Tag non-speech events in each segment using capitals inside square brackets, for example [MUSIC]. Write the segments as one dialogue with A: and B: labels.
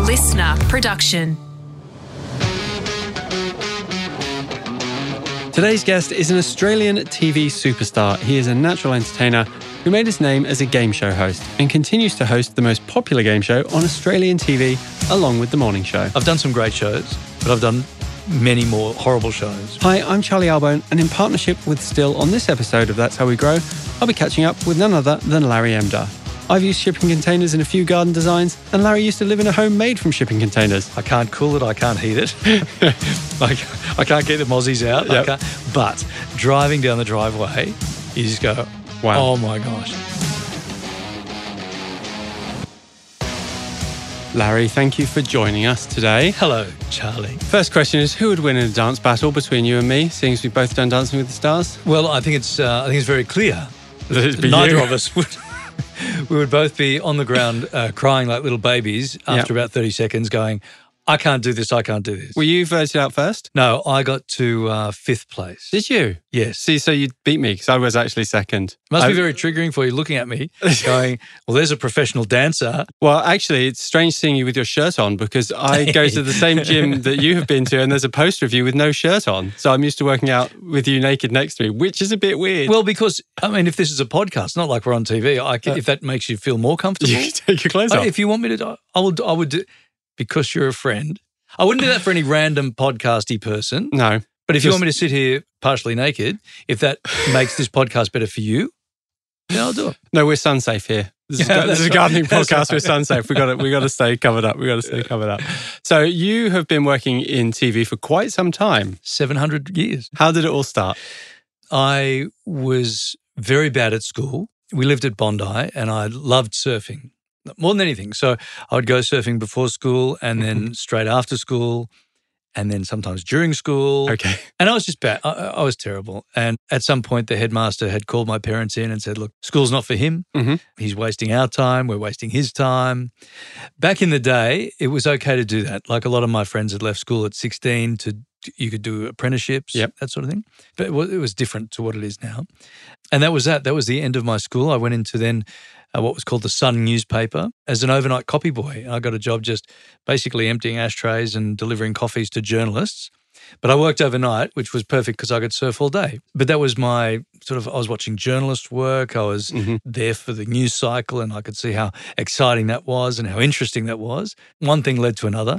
A: listener production.
B: Today's guest is an Australian TV superstar. He is a natural entertainer who made his name as a game show host and continues to host the most popular game show on Australian TV along with The Morning Show.
C: I've done some great shows, but I've done many more horrible shows.
B: Hi, I'm Charlie Albone, and in partnership with Still on this episode of That's How We Grow, I'll be catching up with none other than Larry Emder. I've used shipping containers in a few garden designs, and Larry used to live in a home made from shipping containers.
C: I can't cool it. I can't heat
B: [LAUGHS]
C: it. I, I can't get the mozzies out. I
B: Yep.
C: can't- but driving down the driveway, you just go,
B: Wow.
C: oh my gosh.
B: Larry, thank you for joining us today.
C: Hello, Charlie.
B: First question is Who would win in a dance battle between you and me, seeing as we've both done Dancing with the Stars?
C: Well, I think it's uh, I think it's very clear.
B: That it'd be
C: Neither
B: you.
C: of us would. [LAUGHS] we would both be on the ground uh, crying like little babies after about thirty seconds, going, "I can't do this. I can't do this."
B: Were you voted out first?
C: no, I got to uh, fifth place.
B: Did you?
C: Yes.
B: See, so you beat me because I was actually second.
C: Must
B: I-
C: be very triggering for you looking at me, going, "Well, there's a professional dancer."
B: Well, actually, it's strange seeing you with your shirt on because
C: [LAUGHS]
B: I go to the same gym that you have been to, and there's a poster of you with no shirt on. So I'm used to working out with you naked next to me, which is a bit weird.
C: Well, because I mean, if this is a podcast, not like we're on TV, I
B: Uh,
C: can, if that makes you feel more
B: [LAUGHS]
C: comfortable,
B: you can take your clothes
C: I-
B: off.
C: if you want me to, do- I would. I would do because you're a friend. I wouldn't do that for any random podcasty person.
B: no,
C: But if you
B: Just-
C: want me to sit here partially naked, if that makes this podcast better for you, then I'll
B: [SIGHS]
C: do it.
B: no, we're sun safe here. This is,
C: Yeah,
B: a- this is a
C: that's
B: gardening
C: right. [LAUGHS] That's
B: podcast. We're
C: right.
B: sun safe. We got to we got to stay covered up. We got to stay covered up. So you have been working in TV for quite some time.
C: Seven hundred years.
B: How did it all start?
C: I was very bad at school. We lived at Bondi and I loved surfing more than anything. So I would go surfing before school and then straight after school and then sometimes during school.
B: Okay,
C: And I was just bad. I, I I was terrible. And at some point, the headmaster had called my parents in and said, Look, school's not for him.
B: Mhm.
C: He's wasting our time. We're wasting his time. Back in the day, it was okay to do that. Like a lot of my friends had left school at 16 to, you could do apprenticeships,
B: Yep.
C: that sort of thing. But it was, it was different to what it is now. And that was that. That was the end of my school. I went into then uh, what was called the Sun newspaper as an overnight copy boy. I got a job just basically emptying ashtrays and delivering coffees to journalists. But I worked overnight, which was perfect because I could surf all day. But that was my sort of, I was watching journalist work. I was
B: Mhm.
C: there for the news cycle and I could see how exciting that was and how interesting that was. One thing led to another.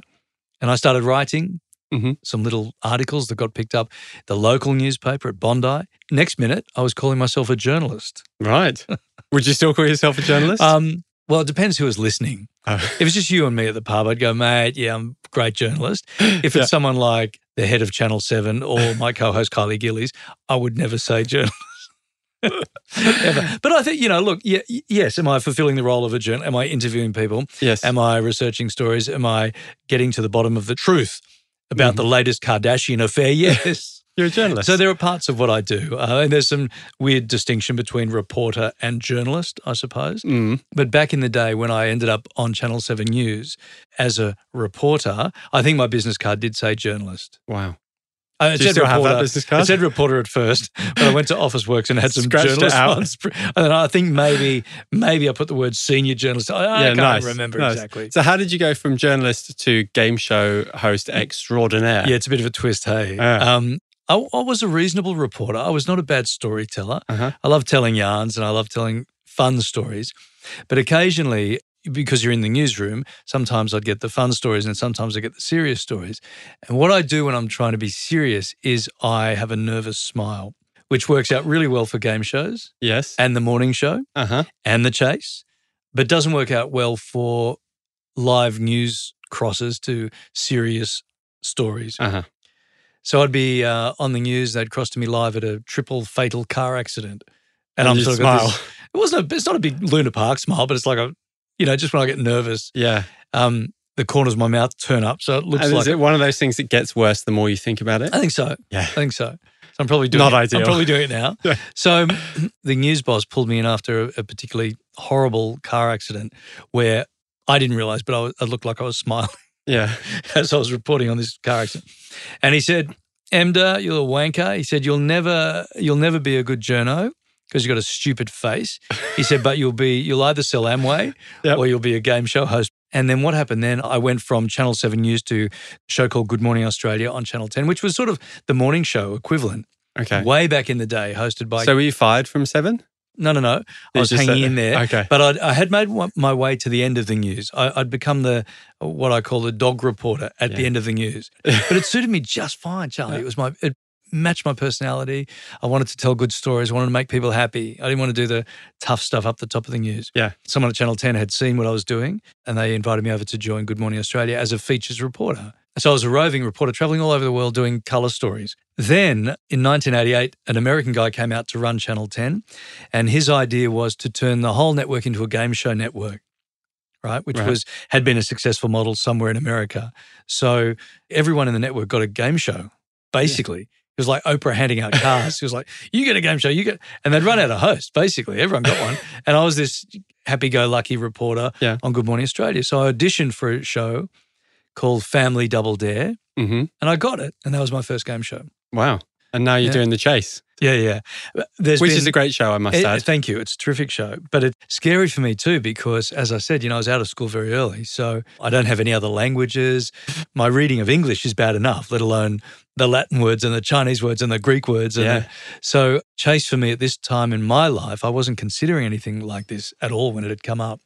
C: And I started writing
B: Mhm.
C: some little articles that got picked up, the local newspaper at Bondi. Next minute, I was calling myself a journalist.
B: right. Would you still call yourself a journalist?
C: Um, well, it depends who was listening.
B: Oh. [LAUGHS]
C: If it's just you and me at the pub, I'd go, mate, yeah, I'm a great journalist. If it's
B: Yeah.
C: someone like the head of Channel 7 or my co host Kylie Gillies, I would never say journalist. Ever. But I think, you know, look, yeah, y- yes, am I fulfilling the role of a journalist? Am I interviewing people?
B: yes.
C: Am I researching stories? Am I getting to the bottom of the truth about the latest Kardashian affair? Yes.
B: You're a journalist.
C: so there are parts of what I do. Uh, and there's some weird distinction between reporter and journalist, I suppose.
B: Mm.
C: But back in the day when I ended up on Channel 7 News as a reporter, I think my business card did say journalist.
B: Wow.
C: Uh, it
B: Do you
C: said
B: still have that
C: reporter.
B: business card?
C: It said reporter at first, but I went to Office Works and had some
B: Scratched it
C: journalist
B: out.
C: ones. [LAUGHS] And then I think maybe maybe I put the word senior journalist. I, I can't
B: nice,
C: remember
B: nice.
C: exactly.
B: So, how did you go from journalist to game show host extraordinaire?
C: Yeah, it's a bit of a twist, hey.
B: Ah.
C: Um, I, I was a reasonable reporter. I was not a bad storyteller.
B: Uh-huh.
C: I love telling yarns and I love telling fun stories. But occasionally, because you're in the newsroom, sometimes I'd get the fun stories and sometimes I get the serious stories. And what I do when I'm trying to be serious is I have a nervous smile, which works out really well for game shows
B: Yes.
C: and the morning show
B: Uh huh.
C: and the chase, but doesn't work out well for live news crosses to serious stories.
B: Uh huh.
C: So I'd be uh, on the news. They'd cross to me live at a triple fatal car accident, and, I'm
B: you
C: sort of got
B: smile.
C: this- It wasn't. A, it's not a big Luna Park smile, but it's like a, you know, just when I get nervous,
B: Yeah.
C: um, the corners of my mouth turn up, so it looks
B: and
C: like. Uh,
B: is it one of those things that gets worse the more you think about it?
C: I think so.
B: Yeah.
C: I think so. So I'm probably doing
B: Not
C: it.
B: ideal.
C: I'm probably doing it now.
B: Yeah.
C: So [CLEARS THROAT] the news boss pulled me in after a, a particularly horrible car accident where I didn't realize, but I, was, I looked like I was smiling.
B: Yeah.
C: [LAUGHS] as I was reporting on this car accident. And he said, Emda, you're a wanker. He said, You'll never you'll never be a good journo because you've got a stupid face. He said, But you'll be you'll either sell Amway
B: [LAUGHS] Yep.
C: or you'll be a game show host. And then what happened then? I went from Channel 7 News to a show called Good Morning Australia on Channel 10, which was sort of the morning show equivalent
B: Okay.
C: way back in the day, hosted by.
B: so were you fired from seven?
C: no, no, no. I was
B: It's just
C: hanging
B: that-
C: in there.
B: Okay.
C: But I'd, I had made wa- my way to the end of the news. I, I'd become the what I call the dog reporter at the
B: Yeah.
C: end of the news. But it suited me just fine, Charlie. It was my it matched my personality. I wanted to tell good stories. I wanted to make people happy. I didn't want to do the tough stuff up the top of the news.
B: Yeah.
C: Someone at Channel Ten had seen what I was doing, and they invited me over to join Good Morning Australia as a features reporter. So I was a roving reporter traveling all over the world doing color stories. Then in 1988, an American guy came out to run Channel 10, and his idea was to turn the whole network into a game show network, right? Which
B: Right.
C: was had been a successful model somewhere in America. So everyone in the network got a game show, basically. It was like Oprah handing out cars. It was like, you get a game show, you get, and they'd run out of hosts, basically. Everyone got one. And I was this happy go lucky reporter
B: Yeah.
C: on Good Morning Australia. So I auditioned for a show called Family Double Dare
B: Mm-hmm.
C: and I got it. And that was my first game show.
B: Wow. And now you're
C: Yeah.
B: doing The Chase,
C: Yeah, yeah. There's
B: which
C: been-
B: is a great show, I must
C: It-
B: add.
C: thank you. It's a terrific show, but it's scary for me too because, as I said, you know, I was out of school very early, so I don't have any other languages. My reading of English is bad enough, let alone the Latin words and the Chinese words and the Greek words. And
B: Yeah.
C: the- so, chase for me at this time in my life, I wasn't considering anything like this at all when it had come up,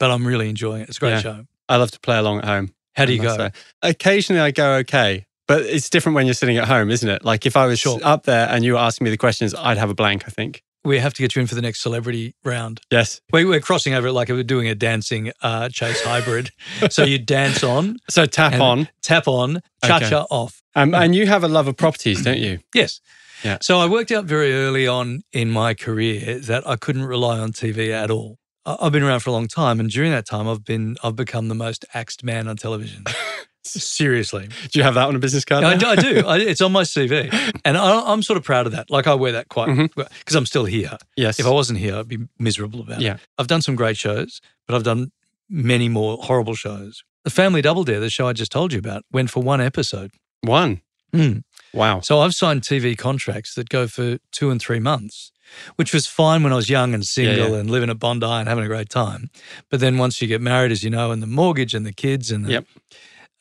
C: but I'm really enjoying it. It's a great
B: Yeah.
C: show.
B: I love to play along at home.
C: How do you
B: I
C: go?
B: must say. Occasionally I go okay, but it's different when you're sitting at home, isn't it? Like if I was
C: Sure.
B: up there and you were asking me the questions, I'd have a blank, I think.
C: We have to get you in for the next celebrity round.
B: Yes.
C: We, we're crossing over it like we're doing a dancing uh, chase
B: [LAUGHS]
C: hybrid. so you dance on,
B: So tap
C: And-
B: on.
C: tap on, cha
B: Okay.
C: cha off.
B: Um, and you have a love of properties, don't you?
C: Yes.
B: Yeah.
C: So I worked out very early on in my career that I couldn't rely on TV at all. I- I've been around for a long time, and during that time, I've been I've become the most axed man
B: [LAUGHS]
C: on television. Seriously,
B: Do you have that on a business card?
C: I
B: now?
C: do. I do. I, it's on
B: [LAUGHS]
C: my CV, and I, I'm sort of proud of that. Like I wear that quite because
B: Mhm.
C: I'm still here.
B: Yes.
C: If I wasn't here, I'd be miserable about
B: Yeah.
C: it. I've done some great shows, but I've done many more horrible shows. The Family Double Dare, the show I just told you about, went for one episode.
B: One.
C: Mm.
B: Wow.
C: So I've signed TV contracts that go for two and three months, which was fine when I was young and single
B: yeah.
C: and living at Bondi and having a great time. But then once you get married, as you know, and the mortgage and the kids and the,
B: Yep.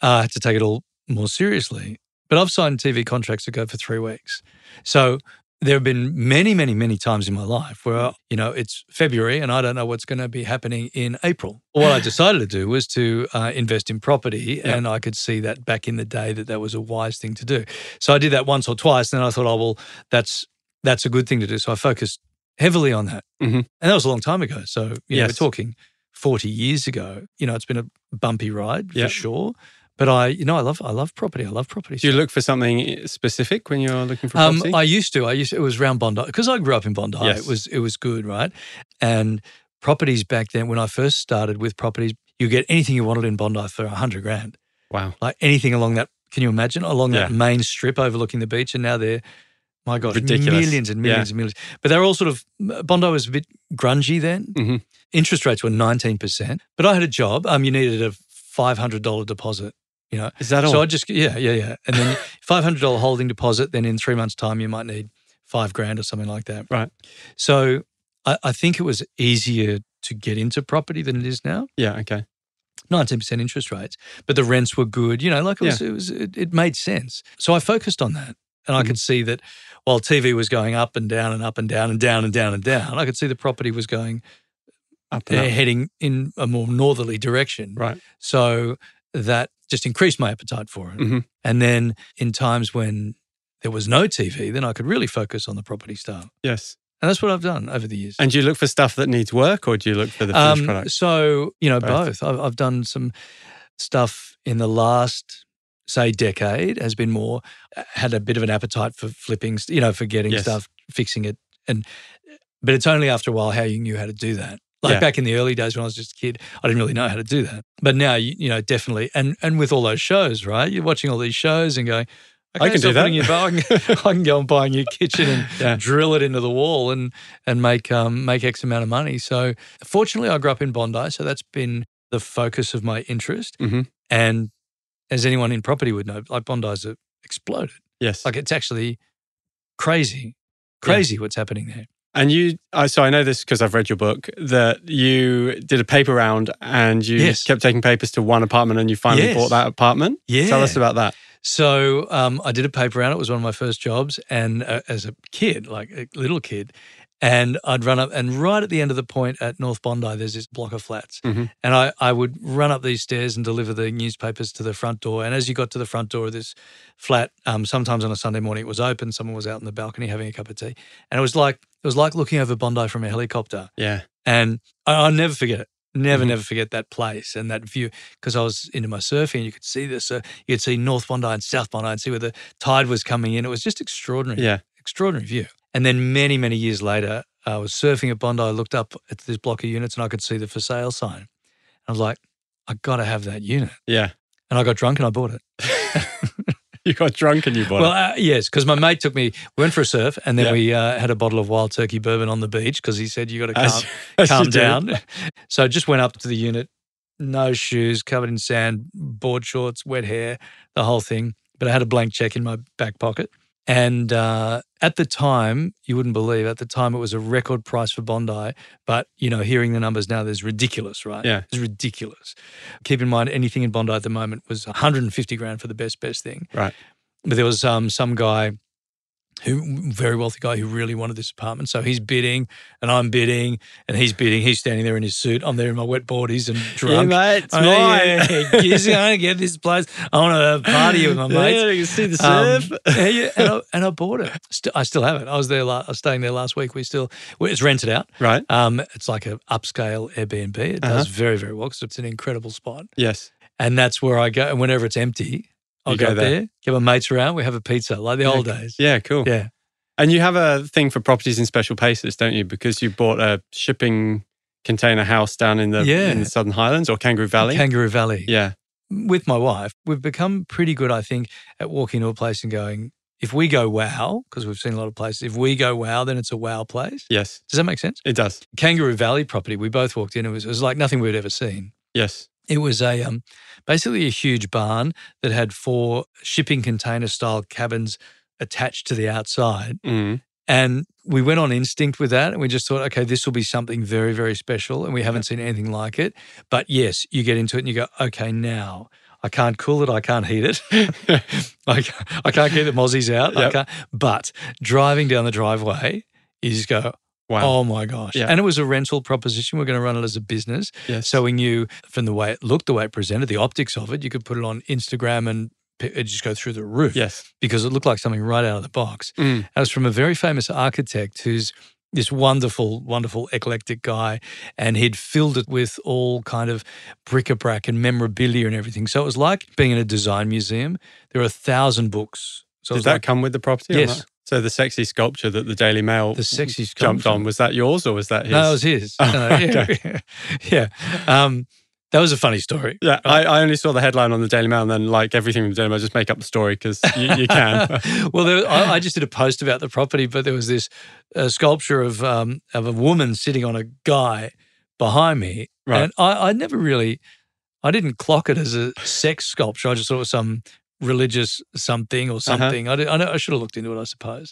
C: uh, I had to take it all more seriously. But I've signed TV contracts that go for three weeks. So there have been many, many, many times in my life where, you know, it's February and I don't know what's going to be happening in April. What I decided to do was to uh, invest in property.
B: Yeah.
C: And I could see that back in the day that that was a wise thing to do. So I did that once or twice. And then I thought, oh, well, that's, that's a good thing to do. So I focused heavily on that.
B: Mhm.
C: And that was a long time ago. So, you know, we're
B: Yes.
C: talking 40 years ago. You know, it's been a bumpy ride for
B: Yeah.
C: sure. But I, you know, I love, I love property. I love property.
B: Do you look for something specific when you're looking for
C: Um,
B: property?
C: I used to. I used it was around Bondi because I grew up in Bondi.
B: Yes.
C: It was it was good, right? And properties back then, when I first started with properties, you get anything you wanted in Bondi for a hundred grand,
B: wow.
C: like anything along that. Can you imagine along that
B: Yeah.
C: main strip overlooking the beach? And now they're, my God,
B: Ridiculous.
C: millions and
B: Yeah.
C: millions and millions. But they were all sort of Bondi was a bit grungy then.
B: Mhm.
C: Interest rates were nineteen percent, but I had a job. Um, you needed a five hundred dollar deposit. You know,
B: Is that all?
C: so I just yeah yeah yeah, and then [LAUGHS] five hundred dollar holding deposit. Then in three months' time, you might need five grand or something like that.
B: Right.
C: So I, I think it was easier to get into property than it is now.
B: yeah. Okay.
C: Nineteen percent interest rates, but the rents were good. You know, like it was it was it, it made sense. So I focused on that, and I could see that while TV was going up and down and up and down and down and down and down, I could see the property was going
B: Up
C: uh,
B: and up.
C: heading in a more northerly direction.
B: Right.
C: So that just increased my appetite for it.
B: Mhm.
C: And then in times when there was no TV, then I could really focus on the property stuff.
B: Yes.
C: And that's what I've done over the years.
B: And do you look for stuff that needs work or do you look for the finished
C: Um,
B: product?
C: so, you know,
B: Both.
C: both. I've, I've done some stuff in the last, say, decade has been more, uh, had a bit of an appetite for flipping, you know, for getting
B: Yes.
C: stuff, fixing it. And, but it's only after a while how you knew how to do that. Like
B: Yeah.
C: back in the early days when I was just a kid, I didn't really know how to do that. But now, you, you know, definitely. And, and with all those shows, right? You're watching all these shows and going,
B: I
C: okay,
B: can do
C: stop
B: that.
C: putting your- I [LAUGHS] can, I can go and buy a new kitchen and
B: [LAUGHS] Yeah.
C: drill it into the wall and and make um, make X amount of money. So fortunately, I grew up in Bondi, so that's been the focus of my interest.
B: Mhm.
C: And as anyone in property would know, like Bondi's a- exploded.
B: Yes.
C: Like it's actually crazy,
B: Yeah.
C: crazy what's happening there.
B: And you, I so I know this because I've read your book that you did a paper round and you
C: Yes.
B: kept taking papers to one apartment and you finally
C: Yes.
B: bought that apartment.
C: Yeah.
B: Tell us about that.
C: So um, I did a paper round. It was one of my first jobs, and uh, as a kid, like a little kid, and I'd run up and right at the end of the point at North Bondi, there's this block of flats,
B: Mhm.
C: and I I would run up these stairs and deliver the newspapers to the front door. And as you got to the front door of this flat, um, sometimes on a Sunday morning it was open. Someone was out in the balcony having a cup of tea, and it was like it was like looking over Bondi from a helicopter.
B: Yeah.
C: And I, I'll never forget it. Never,
B: Mhm.
C: never forget that place and that view because I was into my surfing and you could see the So you'd see North Bondi and South Bondi and see where the tide was coming in. It was just extraordinary,
B: Yeah.
C: extraordinary view. And then many, many years later, I was surfing at Bondi. I looked up at this block of units and I could see the for sale sign. I was like, I got to have that unit.
B: Yeah. [LAUGHS]
C: And I got drunk and I bought it.
B: You got drunk and you bought
C: Well, uh, yes, because my mate took me, we went for a surf and then
B: Yeah.
C: we uh, had a bottle of wild turkey bourbon on the beach because he said, you got to
B: it.
C: come.
B: As- as you [LAUGHS]
C: calm
B: do.
C: down. [LAUGHS] So I just went up to the unit, no shoes, covered in sand, board shorts, wet hair, the whole thing. But I had a blank check in my back pocket. And uh, at the time, you wouldn't believe, at the time it was a record price for Bondi. But, you know, hearing the numbers now, there's ridiculous, right?
B: Yeah.
C: It's ridiculous. Keep in mind, anything in Bondi at the moment was 150 grand for the best, best thing.
B: Right.
C: But there was um, some guy who, very wealthy guy, who really wanted this apartment. So he's bidding and I'm bidding and he's bidding. He's standing there in his suit. I'm there in my wet boardies and
B: Yeah,
C: drunk.
B: mate, it's
C: I'm
B: mine.
C: like,
B: [LAUGHS]
C: "Yeah, geez, I want to get this place. I want to party with my mates.
B: Yeah, you can see the
C: Um,
B: surf.
C: yeah, yeah, and, I, and I bought it. St- I still have it. I was there. La- I was staying there last week. We still. well, It's rented out.
B: right.
C: Um, it's like an upscale Airbnb. It
B: Uh-huh.
C: does very very well because it's an incredible spot.
B: Yes.
C: And that's where I go. And whenever it's empty, I'll
B: You
C: go,
B: go
C: there.
B: there.
C: Get my mates around. We have a pizza like the
B: Yeah,
C: old days.
B: Yeah, cool.
C: Yeah.
B: And you have a thing for properties in special places, don't you? Because you bought a shipping container house down in the
C: Yeah.
B: in the Southern Highlands or Kangaroo Valley.
C: Kangaroo Valley.
B: yeah.
C: with my wife, we've become pretty good, I think, at walking to a place and going, if we go wow, because we've seen a lot of places, if we go wow, then it's a wow place.
B: Yes.
C: Does that make sense?
B: It does.
C: Kangaroo Valley property, we both walked in. It was, it was like nothing we'd ever seen.
B: Yes.
C: It was a um, basically a huge barn that had four shipping container style cabins attached to the outside.
B: Mm.
C: And we went on instinct with that and we just thought, okay, this will be something very, very special. And we haven't seen anything like it. But yes, you get into it and you go, okay, now I can't cool it. I can't heat it. [LAUGHS] I, ca- I can't keep the mozzies out. I
B: Yep.
C: can't, but driving down the driveway, you just go,
B: Wow.
C: oh my gosh.
B: Yeah.
C: And it was a rental proposition. We're going to run it as a business.
B: yes.
C: So we knew from the way it looked, the way it presented, the optics of it, you could put it on Instagram and p- it'd just go through the roof
B: yes.
C: because it looked like something right out of the box.
B: Mm.
C: It was from a very famous architect who's this wonderful, wonderful, eclectic guy, and he'd filled it with all kind of bric-a-brac and memorabilia and everything. So it was like being in a design museum. There are a thousand books. So it
B: Did
C: was
B: that
C: like
B: come with the property? or
C: Yes.
B: not? So the sexy sculpture that the Daily Mail
C: the sexy
B: jumped
C: sculpture.
B: on was that yours or was that his?
C: No, it was his.
B: [LAUGHS]
C: [LAUGHS]
B: Oh,
C: No, yeah. [LAUGHS] yeah. Um, that was a funny story.
B: yeah, I, I only saw the headline on the Daily Mail, and then like everything from the Daily Mail, just make up the story because you,
C: [LAUGHS]
B: you can.
C: well, there, I, I just did a post about the property, but there was this uh, sculpture of um, of a woman sitting on a guy behind me,
B: Right.
C: and I, I never really, I didn't clock it as a sex sculpture. I just thought it was some religious something
B: Uh-huh.
C: or something. I, did, I, know, I should have looked into it, I suppose,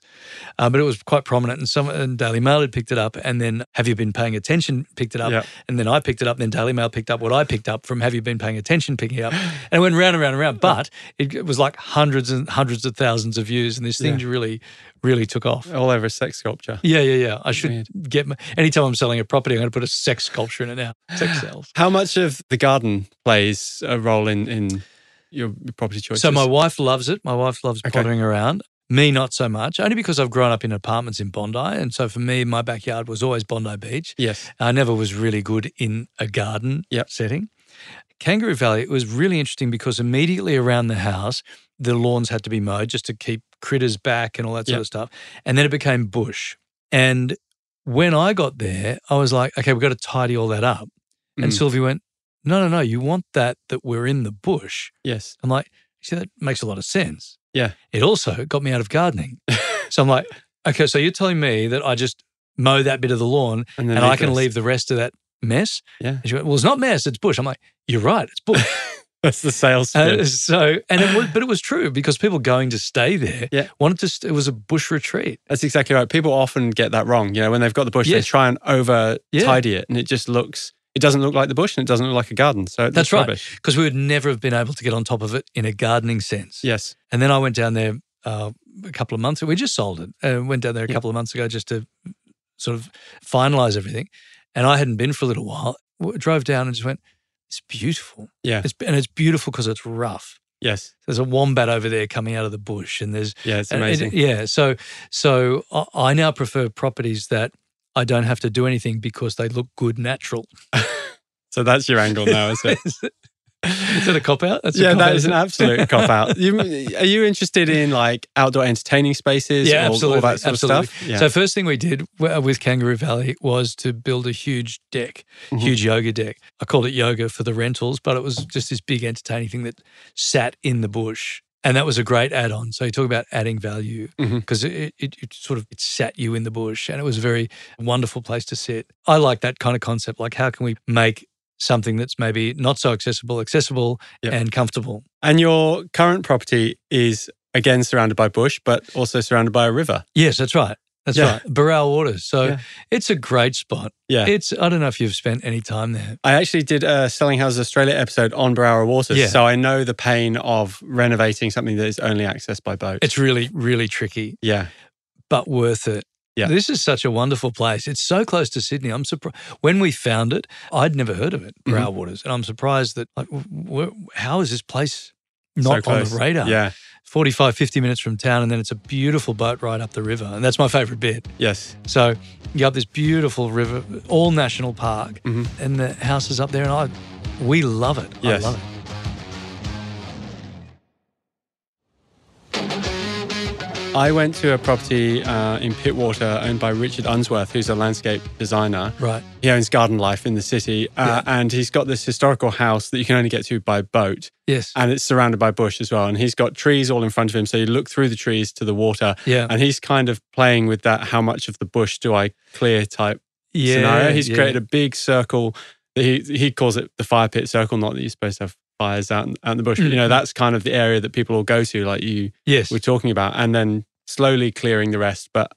C: uh, but it was quite prominent, and some and Daily Mail had picked it up, and then Have You Been Paying Attention picked it up,
B: Yeah.
C: and then I picked it up, and then Daily Mail picked up what I picked up from Have You Been Paying Attention picking it up. And it went round and round and round, but it, it was like hundreds and hundreds of thousands of views, and this thing really, really took off.
B: All over a sex sculpture.
C: Yeah, yeah, yeah. I should
B: Oh. Weird.
C: get my, anytime I'm selling a property, I'm going to put a sex sculpture in it now.
B: [GASPS]
C: Sex sells.
B: How much of the garden plays a role in in your property choices?
C: So my wife loves it. My wife loves
B: Okay.
C: pottering around. Me, not so much, only because I've grown up in apartments in Bondi. And so for me, my backyard was always Bondi Beach.
B: yes,
C: I never was really good in a garden
B: Yep.
C: setting. Kangaroo Valley, it was really interesting because immediately around the house, the lawns had to be mowed just to keep critters back and all that sort
B: Yep.
C: of stuff. And then it became bush. And when I got there, I was like, okay, we've got to tidy all that up. And
B: Mm.
C: Sylvie went, no, no, no, you want that that we're in the bush.
B: yes,
C: I'm like, see, that makes a lot of sense.
B: Yeah.
C: It also got me out of
B: [LAUGHS]
C: gardening. so I'm like, okay, so you're telling me that I just mow that bit of the lawn
B: then
C: and I can
B: this.
C: leave the rest of that mess.
B: Yeah. [LAUGHS]
C: And she went, Well, it's not mess, it's bush. I'm like, You're right, it's bush.
B: [LAUGHS] That's the sales spin.
C: Uh, so, and it was, but it was true because people going to stay there
B: Yeah.
C: wanted to. St- it was a bush retreat.
B: That's exactly right. People often get that wrong. You know, when they've got the bush,
C: Yes.
B: they try and over
C: Yeah.
B: tidy it, and it just looks. It doesn't look like the bush, and it doesn't look like a garden. So it
C: That's
B: looks
C: right.
B: rubbish.
C: because we would never have been able to get on top of it in a gardening sense.
B: Yes.
C: And then I went down there uh, a couple of months. We just sold it. Uh, went down there a
B: Yeah.
C: couple of months ago just to sort of finalize everything. And I hadn't been for a little while. W- Drove down and just went. It's beautiful.
B: Yeah.
C: It's, and it's beautiful because it's rough.
B: Yes.
C: There's a wombat over there coming out of the bush, and there's
B: Yeah. It's
C: and Uh, it-
B: amazing.
C: yeah. So so I- I now prefer properties that I don't have to do anything because they look good natural. [LAUGHS]
B: so that's your angle now, is it?
C: is that a cop out? That's a
B: yeah,
C: cop
B: that
C: out,
B: is an
C: isn't it? [LAUGHS]
B: absolute cop out. You, are you interested in like outdoor entertaining spaces?
C: Yeah,
B: all,
C: absolutely,
B: All that sort
C: absolutely.
B: of stuff. Yeah.
C: So first thing we did w- uh, with Kangaroo Valley was to build a huge deck,
B: Mhm.
C: huge yoga deck. I called it yoga for the rentals, but it was just this big entertaining thing that sat in the bush. And that was a great add-on. So you talk about adding value
B: Mhm.
C: because it, it, it sort of it sat you in the bush, and it was a very wonderful place to sit. I like that kind of concept. Like, how can we make something that's maybe not so accessible accessible
B: Yep.
C: and comfortable?
B: and your current property is again surrounded by bush, but also surrounded by a river.
C: Yes, that's right. That's
B: Yeah.
C: right. Burrell Waters. So
B: Yeah.
C: it's a great spot.
B: Yeah.
C: It's I don't know if you've spent any time there.
B: I actually did a Selling Houses Australia episode on Barara Waters,
C: Yeah.
B: so I know the pain of renovating something that is only accessed by boat.
C: It's really, really tricky,
B: yeah,
C: but worth it.
B: Yeah.
C: This is such a wonderful place. It's so close to Sydney. I'm surprised. When we found it, I'd never heard of it,
B: Mhm.
C: Burrell Waters. And I'm surprised that, like, w- w- how is this place
B: so
C: not on
B: close.
C: the radar?
B: Yeah,
C: 45, 50 minutes from town. And then it's a beautiful boat ride up the river. And that's my favorite bit.
B: yes,
C: So you got this beautiful river, all national park,
B: Mhm.
C: and the house is up there, and I, we love it.
B: Yes.
C: I love it.
B: I went to a property uh, in Pittwater owned by Richard Unsworth, who's a landscape designer.
C: Right.
B: He owns Garden Life in the city, uh, and he's got this historical house that you can only get to by boat,
C: Yes.
B: and it's surrounded by bush as well. And he's got trees all in front of him, so you look through the trees to the water,
C: yeah.
B: and he's kind of playing with that. How much of the bush do I clear? Type.
C: yeah.
B: scenario. He's
C: yeah.
B: created a big circle. That he he calls it the fire pit circle. Not that you're supposed to have fires out in, out in the bush. but, You know,
C: Mm.
B: that's kind of the area that people all go to, like you
C: Yes.
B: were talking about, and then slowly clearing the rest, but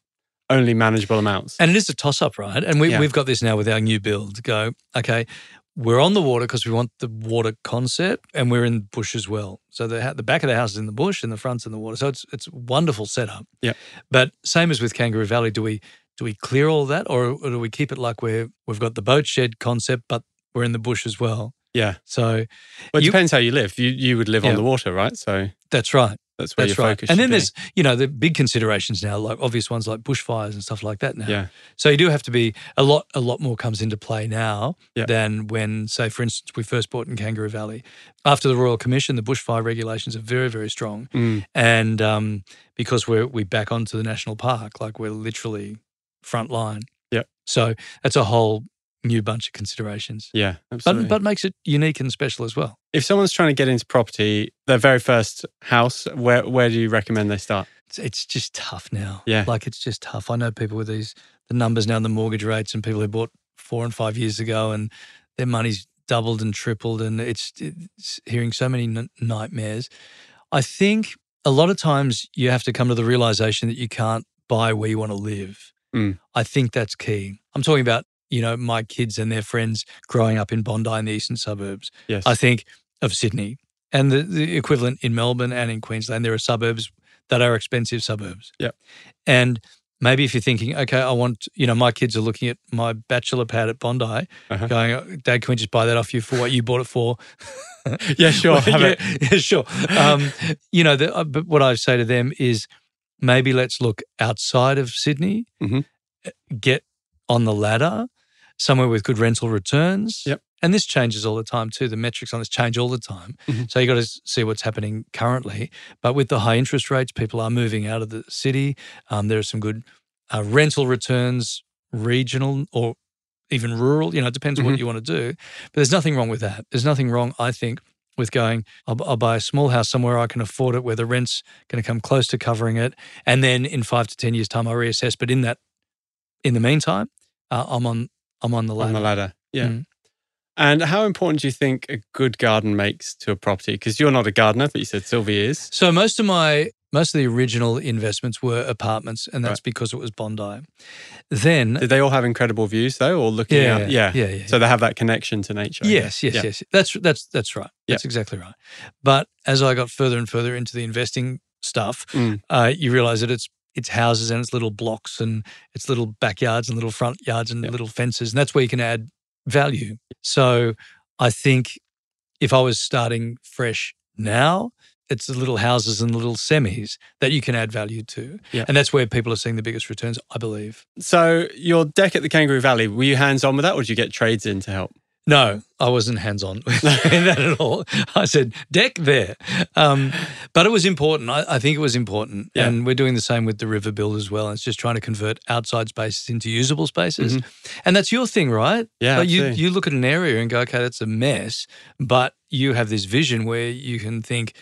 B: only manageable amounts.
C: And it is a toss up, right? And we,
B: Yeah.
C: we've got this now with our new build. Go, okay, we're on the water because we want the water concept, and we're in the bush as well. So the ha- the back of the house is in the bush, and the front's in the water. So it's it's a wonderful setup.
B: Yeah.
C: But same as with Kangaroo Valley, do we do we clear all that, or, or do we keep it like we're we've got the boat shed concept, but we're in the bush as well?
B: yeah,
C: So
B: well, it
C: You-
B: depends how you live. You you would live on
C: Yeah.
B: the water, right? So
C: that's right.
B: that's where
C: That's
B: your
C: right.
B: focus. should
C: And then
B: be.
C: there's, you know, the big considerations now, like obvious ones like bushfires and stuff like that now.
B: Yeah.
C: So you do have to be a lot, a lot more comes into play now
B: Yeah.
C: than when, say, for instance, we first bought in Kangaroo Valley. After the Royal Commission, the bushfire regulations are very, very strong.
B: Mm,
C: And um, because we're we back onto the national park, like we're literally front line.
B: Yeah.
C: So that's a whole new bunch of considerations.
B: yeah, absolutely.
C: But, but makes it unique and special as well.
B: if someone's trying to get into property, their very first house, where where do you recommend they start?
C: it's, it's just tough now.
B: Yeah.
C: Like it's just tough. I know people with these the numbers now, the mortgage rates, and people who bought four and five years ago, and their money's doubled and tripled, and it's, it's hearing so many n- nightmares. I think a lot of times you have to come to the realization that you can't buy where you want to live.
B: Mm.
C: I think that's key. I'm talking about you know my kids and their friends growing up in Bondi in the eastern suburbs.
B: Yes,
C: I think, of Sydney. And the, the equivalent in Melbourne and in Queensland, there are suburbs that are expensive suburbs.
B: Yep.
C: And maybe if you're thinking, okay, I want, you know, my kids are looking at my bachelor pad at Bondi,
B: Uh-huh.
C: going, "Oh, Dad, can we just buy that off you for what you bought it for?
B: [LAUGHS] yeah,
C: [LAUGHS]
B: sure, have
C: yeah,
B: it.
C: yeah, sure. Um, you know, the, uh, but what I say to them is maybe let's look outside of Sydney,
B: Mhm.
C: uh, get on the ladder somewhere with good rental returns.
B: Yep.
C: And this changes all the time too. The metrics on this change all the time.
B: Mhm.
C: So you got to see what's happening currently. But with the high interest rates, people are moving out of the city. Um, there are some good uh, rental returns, regional or even rural. You know, it depends what
B: Mhm.
C: you want to do. But there's nothing wrong with that. There's nothing wrong, I think, with going, I'll, I'll buy a small house somewhere I can afford it, where the rent's going to come close to covering it. And then in five to 10 years' time, I'll reassess. But in that, in the meantime, uh, I'm on, I'm on the ladder.
B: on the ladder. Yeah.
C: Mm.
B: And how important do you think a good garden makes to a property? Because you're not a gardener, but you said Sylvie is.
C: So most of my most of the original investments were apartments, and that's because it was Bondi. Then
B: Did they all have incredible views though, or looking
C: Yeah,
B: out?
C: yeah,
B: Yeah.
C: yeah, yeah.
B: So they have that connection to nature. I
C: Yes,
B: guess.
C: yes,
B: Yeah.
C: yes. That's that's that's right.
B: Yeah.
C: That's exactly right. But as I got further and further into the investing stuff,
B: Mm.
C: uh, you realize that it's it's houses and it's little blocks and it's little backyards and little front yards and
B: Yeah.
C: little fences, and that's where you can add value. So I think if I was starting fresh now, it's the little houses and the little semis that you can add value to,
B: Yeah.
C: and that's where people are seeing the biggest returns, I believe.
B: So your deck at the Kangaroo Valley, were you hands on with that, or did you get trades in to help?
C: No, I wasn't hands [LAUGHS] on with that at all. I said, deck there. Um, but it was important. I, I think it was important.
B: Yeah.
C: And we're doing the same with the river build as well. And it's just trying to convert outside spaces into usable spaces. And that's your thing, right?
B: Mm-hmm. Yeah,
C: Like you,
B: absolutely.
C: you look at an area and go, okay, that's a mess. But you have this vision where you can think,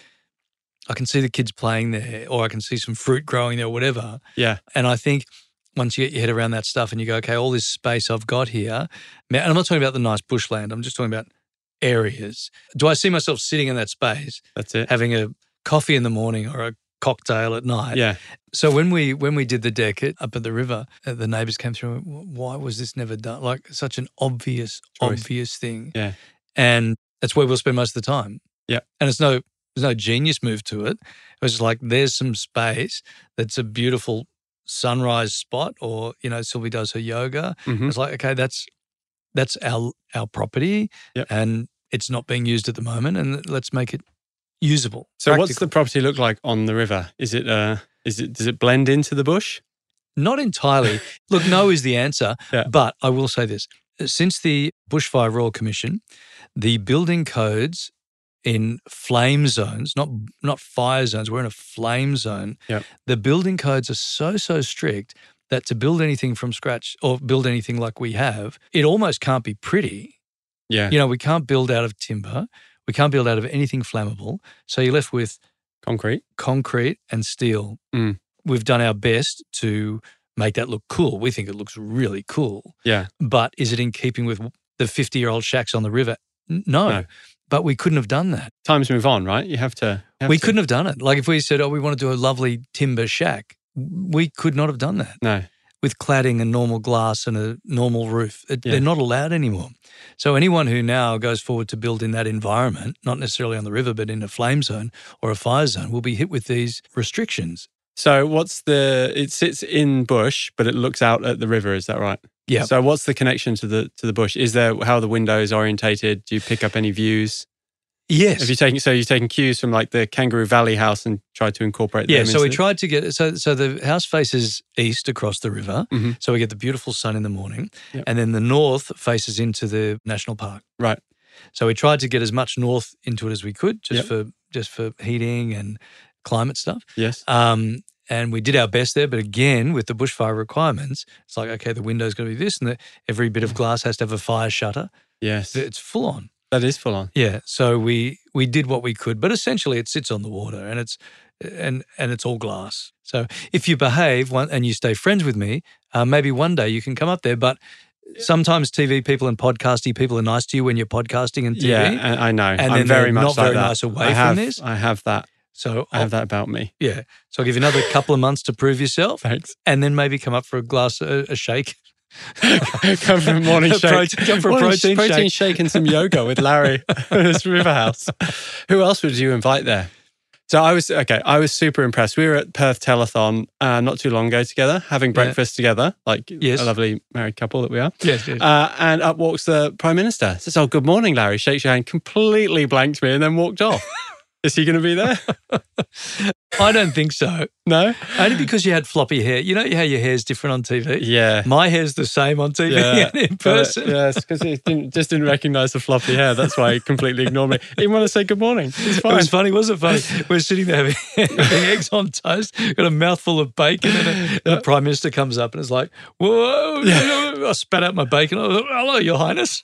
C: I can see the kids playing there, or I can see some fruit growing there, or whatever.
B: Yeah.
C: And I think once you get your head around that stuff and you go, okay, all this space I've got here, now- and I'm not talking about the nice bushland, I'm just talking about areas. Do I see myself sitting in that space,
B: That's it.
C: having a coffee in the morning or a cocktail at night?
B: Yeah.
C: So when we when we did the deck at, up at the river, uh, the neighbors came through. and went, Why was this never done? Like such an obvious,
B: Choice.
C: obvious thing.
B: Yeah.
C: and that's where we'll spend most of the time.
B: Yeah.
C: and it's no there's no genius move to it. It was just like there's some space that's a beautiful sunrise spot, or you know Sylvie does her yoga.
B: Mhm.
C: It's like okay, that's that's our our property,
B: Yep.
C: and it's not being used at the moment, and let's make it usable.
B: So what's
C: practical.
B: the property look like on the river? Is it uh is it does it blend into the bush?
C: Not entirely. Look, no is the answer.
B: [LAUGHS] Yeah.
C: But I will say this since the Bushfire Royal Commission, the building codes in flame zones, not not fire zones, we're in a flame zone.
B: Yeah.
C: The building codes are so, so strict that to build anything from scratch or build anything like we have, it almost can't be pretty.
B: Yeah.
C: You know, we can't build out of timber. We can't build out of anything flammable. So you're left with
B: Concrete.
C: concrete and steel.
B: Mm.
C: We've done our best to make that look cool. We think it looks really cool.
B: Yeah.
C: But is it in keeping with the 50 year old shacks on the river? N- No.
B: No.
C: But we couldn't have done that.
B: Times move on, right? You have to you have
C: we
B: to-
C: couldn't have done it. Like if we said, oh, we want to do a lovely timber shack, we could not have done that
B: No.
C: with cladding and normal glass and a normal roof. It-
B: Yeah.
C: They're not allowed anymore. So anyone who now goes forward to build in that environment, not necessarily on the river, but in a flame zone or a fire zone, will be hit with these restrictions.
B: So what's the it sits in bush, but it looks out at the river, is that right?
C: Yeah.
B: So what's the connection to the to the bush? Is there how are the windows orientated? Do you pick up any views?
C: Yes.
B: Have you taken so you're taking cues from like the Kangaroo Valley house and tried to incorporate
C: Yeah,
B: them
C: so we
B: into-
C: tried to get so so the house faces east across the river,
B: Mhm.
C: so we get the beautiful sun in the morning,
B: Yep.
C: and then the north faces into the national park.
B: Right.
C: So we tried to get as much north into it as we could, just
B: Yep.
C: for just for heating and climate stuff.
B: Yes.
C: Um, and we did our best there, but again with the bushfire requirements, it's like okay, the window's going to be this, and the, every bit of
B: Mm.
C: glass has to have a fire shutter.
B: Yes.
C: It's full on.
B: That is full on.
C: Yeah, so we we did what we could, but essentially it sits on the water and it's and and it's all glass. So if you behave one, and you stay friends with me, uh, maybe one day you can come up there. But sometimes TV people and podcasty people are nice to you when you're podcasting and TV.
B: Yeah, I, I know.
C: And
B: I'm
C: then
B: very
C: they're
B: much
C: not
B: like
C: very
B: that.
C: nice away
B: I
C: from
B: have,
C: this. Oh.
B: I have that.
C: So
B: I
C: I'll,
B: have that about me.
C: yeah, so I'll give you another couple of months to prove yourself,
B: Thanks.
C: and then maybe come up for a glass a, a shake.
B: [LAUGHS] come for a morning
C: A
B: shake.
C: protein- come for a
B: Morning
C: protein
B: shake. and some yoga with
C: [LAUGHS]
B: Larry [LAUGHS] at his river house. Who else would you invite there? So I was okay. I was super impressed. We were at Perth Telethon uh, not too long ago together, having
C: Yeah.
B: breakfast together, like
C: Yes.
B: a lovely married couple that we are.
C: Yes, yes.
B: Uh, and up walks the prime minister. Says, "Oh, good morning, Larry." Shakes your hand, completely blanked me, and then walked
C: [LAUGHS]
B: off. is he going to be there?
C: I don't think so.
B: No. [SIGHS]
C: Only because you had floppy hair. You know how your hair's different on TV.
B: Yeah.
C: My hair's the same on TV
B: [LAUGHS] Yeah.
C: and [LAUGHS] in
B: Got it.
C: person.
B: Yes, because he didn't, just didn't recognize the floppy hair. That's why he completely ignored
C: [LAUGHS]
B: me. He didn't want to say good morning. It's
C: It
B: fine.
C: was funny, wasn't
B: [LAUGHS]
C: it funny? We're sitting there having, having eggs on toast, got a mouthful of bacon, and, a, and the Prime Minister comes up and is like, Whoa, I spat out my bacon. I was like, Hello,
B: [LAUGHS]
C: Your Highness.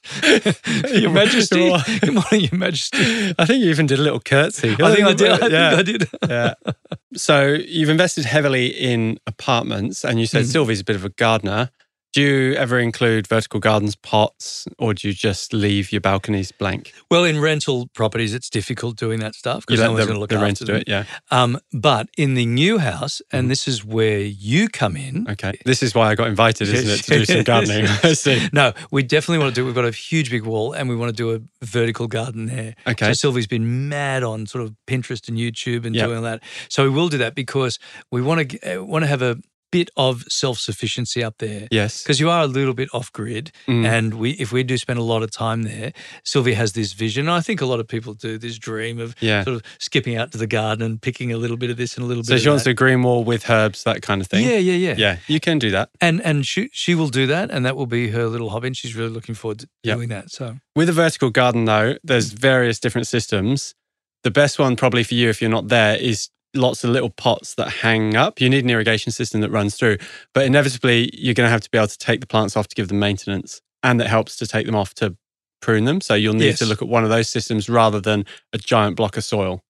C: Your Majesty.
B: Your-
C: [LAUGHS] Good morning, Your Majesty.
B: [LAUGHS] I think you even did a little curtsy.
C: I think I did. I
B: Yeah.
C: think I did. [LAUGHS]
B: yeah.
C: Mm.
B: So you've invested heavily in apartments, and you said Sylvie's a bit of a gardener. Do you ever include vertical gardens, pots, or do you just leave your balconies blank?
C: Well, in rental properties, it's difficult doing that stuff
B: You
C: because no
B: let
C: one's
B: the,
C: going to look
B: the
C: after
B: renter do
C: them.
B: it, yeah.
C: Um, but in the new house, and this is where you come in.
B: Mm-hmm. Okay. This is why I got invited, isn't it, to do
C: [LAUGHS]
B: some gardening? [LAUGHS] I see.
C: No, we definitely want to do. We've got a huge big wall, and we want to do a vertical garden there.
B: Okay.
C: So Sylvie's been mad on sort of Pinterest and YouTube and
B: Yep.
C: doing all that. So we will do that because we want to want to have a bit of self sufficiency up there. [LAUGHS]
B: Yes.
C: Because you are a little bit off grid,
B: Mm.
C: and we if we do spend a lot of time there, Sylvia has this vision. I think a lot of people do this dream of
B: Yeah.
C: sort of skipping out to the garden and picking a little bit of this and a little
B: So
C: bit.
B: she
C: of
B: wants
C: that.
B: a green wall with herbs, that kind of thing.
C: Yeah, yeah, yeah,
B: Yeah, you can do that.
C: And and she she will do that, and that will be her little hobby, and she's really looking forward to
B: Yep.
C: doing that. So
B: With a vertical garden, though, there's various different systems. The best one, probably for you, if you're not there, is lots of little pots that hang up. You need an irrigation system that runs through, but inevitably, you're going to have to be able to take the plants off to give them maintenance, and that helps to take them off to prune them. So you'll need
C: Yes.
B: to look at one of those systems rather than a giant block of soil.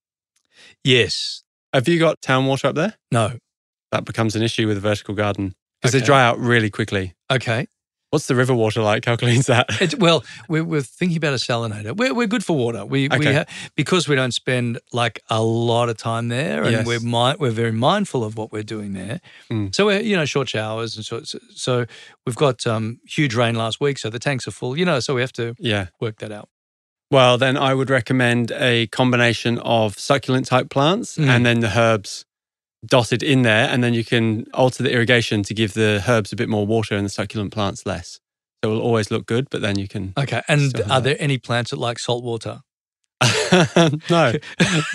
C: yes,
B: Have you got town water up there?
C: no,
B: That becomes an issue with a vertical garden because they
C: Okay.
B: dry out really quickly.
C: okay.
B: What's the river water like? How clean's that?
C: It, well, we're, we're thinking about a salinator. We're, we're good for water. We, we
B: Okay.
C: ha- because we don't spend like a lot of time there, and
B: Yes.
C: we're mi- we're very mindful of what we're doing there.
B: Mm.
C: So we're you know short showers and short. So, so we've got um, huge rain last week, so the tanks are full. You know, so we have to
B: [LAUGHS] yeah.
C: work that out.
B: Well, then I would recommend a combination of succulent type plants
C: Mm.
B: and then the herbs dotted in there. And then you can alter the irrigation to give the herbs a bit more water and the succulent plants less. So it will always look good, but then you can. [LAUGHS]
C: Okay. And
B: Still have
C: are
B: that.
C: there any plants that like salt water? [LAUGHS]
B: no,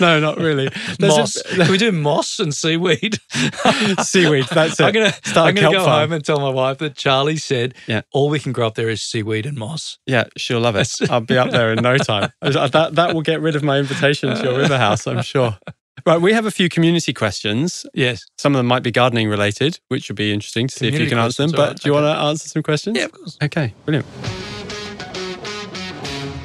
B: no, not really. There's a- [LAUGHS]
C: moss. Can we do moss and seaweed? [LAUGHS]
B: Seaweed, that's
C: I'm
B: it.
C: gonna
B: Start a
C: I'm gonna
B: kelp
C: go
B: farm.
C: home and tell my wife that Charlie said
B: Yeah.
C: all we can grow up there is seaweed and moss.
B: Yeah, she'll love it.
C: That's-
B: I'll be up there in no
C: [LAUGHS]
B: time. uh, That, that will get rid of my invitation to your river house, I'm sure. Right, we have a few community questions.
C: Yes.
B: Some of them might be gardening related, which would be interesting to see if you
C: Community
B: can answer them.
C: questions, all
B: But
C: right,
B: do you
C: okay.
B: want to answer some questions?
C: Yeah, of course.
B: Okay, brilliant.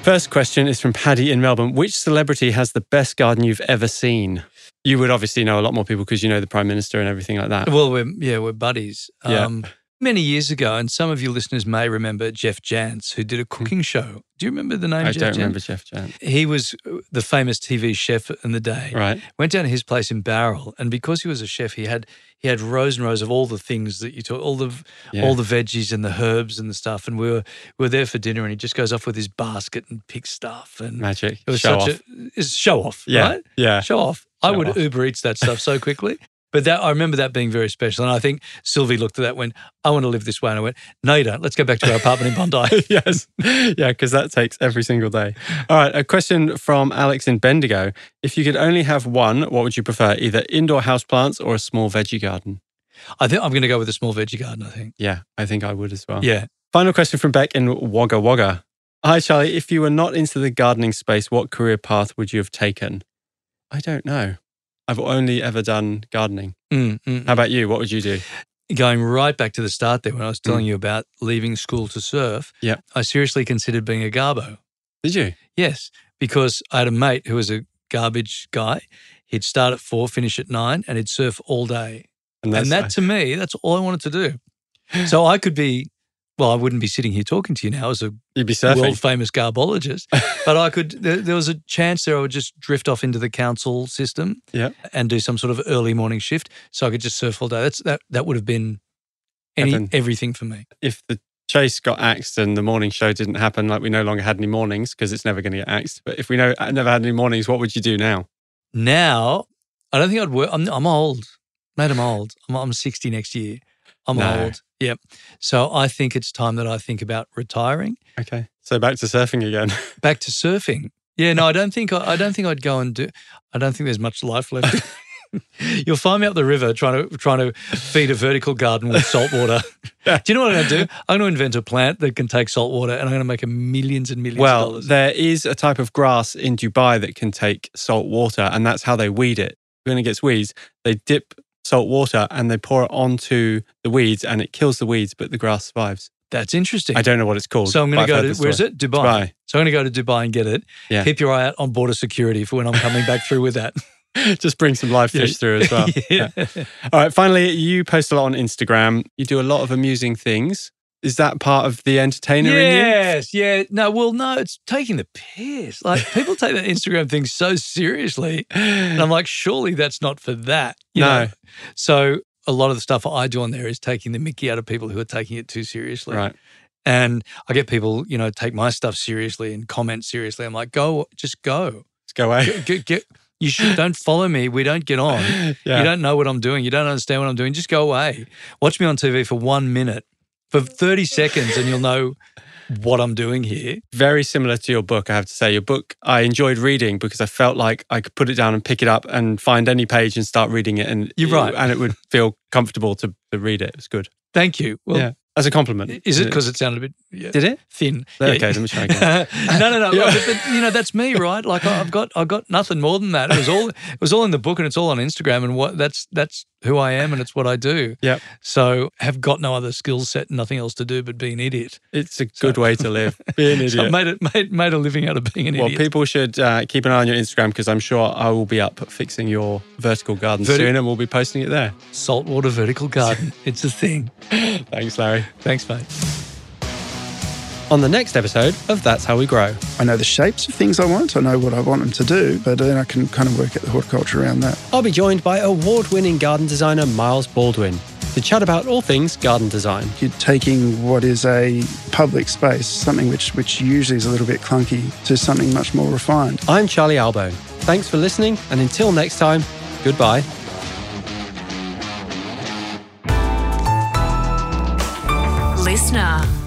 B: First question is from Paddy in Melbourne. Which celebrity has the best garden you've ever seen? You would obviously know a lot more people because you know the Prime Minister and everything like that.
C: Well, we're yeah, we're buddies. Um,
B: Yeah.
C: many years ago, and some of your listeners may remember Jeff Jantz, who did a cooking show. Do you remember the name
B: Hmm. I
C: Jeff
B: don't
C: Jantz?
B: remember Jeff Jan.
C: He was uh, the famous TV chef in the day.
B: Right.
C: Went down to his place in Barrel, and because he was a chef, he had he had rows and rows of all the things that you talk, all the
B: Yeah.
C: all the veggies and the herbs and the stuff. And we were we were there for dinner, and he just goes off with his basket and picks stuff. And
B: Magic.
C: it was
B: Show
C: such
B: off.
C: a it's show off,
B: yeah.
C: right?
B: Yeah.
C: Show off. I
B: Show
C: would
B: off.
C: Uber Eats that stuff so quickly. But that I remember that being very special. And I think Sylvie looked at that and went, I want to live this way. And I went, No, you don't. Let's go back to our apartment
B: [LAUGHS]
C: in Bondi.
B: [LAUGHS] yes. Yeah, because that takes every single day. All right. A question from Alex in Bendigo. If you could only have one, what would you prefer? Either indoor houseplants or a small veggie garden?
C: I think I'm gonna go with a small veggie garden, I think.
B: Yeah, I think I would as well.
C: Yeah.
B: Final question from Beck in Wagga Wagga. Hi, Charlie. If you were not into the gardening space, what career path would you have taken? I don't know. I've only ever done gardening.
C: Mm, mm.
B: How about you? What would you do?
C: Going right back to the start there when I was telling you about leaving school to surf.
B: Yep.
C: I seriously considered being a garbo.
B: Did you?
C: Yes, because I had a mate who was a garbage guy. He'd start at four, finish at nine, and he'd surf all day. and that
B: uh,
C: to me, that's all I wanted to do. So I could be, well, I wouldn't be sitting here talking to you now as a
B: you'd be surfing.
C: world famous
B: [LAUGHS]
C: garbologist, but I could, there, there was a chance there I would just drift off into the council system
B: Yeah.
C: and do some sort of early morning shift. So I could just surf all day. That's that, that would have been any,
B: Heaven.
C: everything for me.
B: if the chase got axed and the morning show didn't happen, like we no longer had any mornings because it's never going to get axed. But if we know never had any mornings, what would you do now?
C: Now, I don't think I'd work. I'm, I'm old, mate. I'm old. I'm, I'm 60 next year. I'm
B: No.
C: old. Yep. So I think it's time that I think about retiring.
B: Okay, so back to surfing again.
C: Back to surfing. Yeah. No, I don't think I, I don't think I'd go and do. I don't think there's much
B: [LAUGHS]
C: life left. You'll find me up the river trying to trying to feed a vertical garden with salt water. do you know what I'm going to do? I'm going to invent a plant that can take salt water, and I'm going to make a millions and millions
B: well,
C: of dollars.
B: there is a type of grass in Dubai that can take salt water, and that's how they weed it. When it gets weeds, they dip salt water and they pour it onto the weeds, and it kills the weeds, but the grass survives.
C: That's interesting.
B: I don't know what it's called.
C: So I'm
B: but
C: going to
B: I've
C: go
B: heard
C: to
B: this
C: where is
B: story.
C: it? Dubai.
B: Dubai.
C: So I'm going to go to Dubai and get it.
B: Yeah.
C: Keep your eye out on border security for when I'm coming back through with that.
B: [LAUGHS] Just bring some live
C: Yeah.
B: fish through
C: [LAUGHS]
B: as well.
C: yeah.
B: All right. Finally, you post a lot on Instagram. You do a lot of amusing things. Is that part of the entertainer in you?
C: Yes, yeah. No, well, no, it's taking the piss. Like people take that Instagram thing so seriously. And I'm like, surely that's not for that. you
B: No.
C: know? So a lot of the stuff I do on there is taking the mickey out of people who are taking it too seriously.
B: Right.
C: And I get people, you know, take my stuff seriously and comment seriously. I'm like, go, just go.
B: Let's go away. [LAUGHS]
C: Get, get, get- you should don't follow me. We don't get on. You don't know what I'm doing. You don't understand what I'm doing. Just go away. Watch me on TV for one minute, for 30 seconds, and you'll know what I'm doing here.
B: very similar to your book, I have to say. Your book, I enjoyed reading because I felt like I could put it down and pick it up and find any page and start reading it. And
C: You're right.
B: and it
C: [LAUGHS]
B: would feel comfortable to, to read it. It was good.
C: Thank you. Well,
B: yeah, as a compliment.
C: is it because it sounded a bit yeah,
B: Did it?
C: thin?
B: Okay,
C: [LAUGHS] Yeah.
B: let me try again.
C: no, no, no.
B: [LAUGHS] Yeah.
C: But, but, you know, that's me, right? Like I- I've got, I've got nothing more than that. It was all, it was all in the book, and it's all on Instagram, and what that's that's who I am, and it's what I do.
B: Yep.
C: So have got no other skill set, nothing else to do but be an idiot.
B: It's a good way to
C: [LAUGHS]
B: live. Be an idiot.
C: So I made it, made made a living out of being an
B: well,
C: idiot.
B: people should uh, keep an eye on your Instagram because I'm sure I will be up fixing your vertical garden
C: Verti-
B: soon and we'll be posting it there.
C: Saltwater vertical garden. it's a thing.
B: Thanks, Larry.
C: Thanks, mate.
B: On the next episode of That's How We Grow.
A: I know the shapes of things I want. I know what I want them to do, but then I can kind of work out the horticulture around that.
B: I'll be joined by award winning garden designer Miles Baldwin to chat about all things garden design.
A: You're taking what is a public space, something which which usually is a little bit clunky, to something much more refined.
B: I'm Charlie Albo. Thanks for listening, and until next time, goodbye.
D: Listener.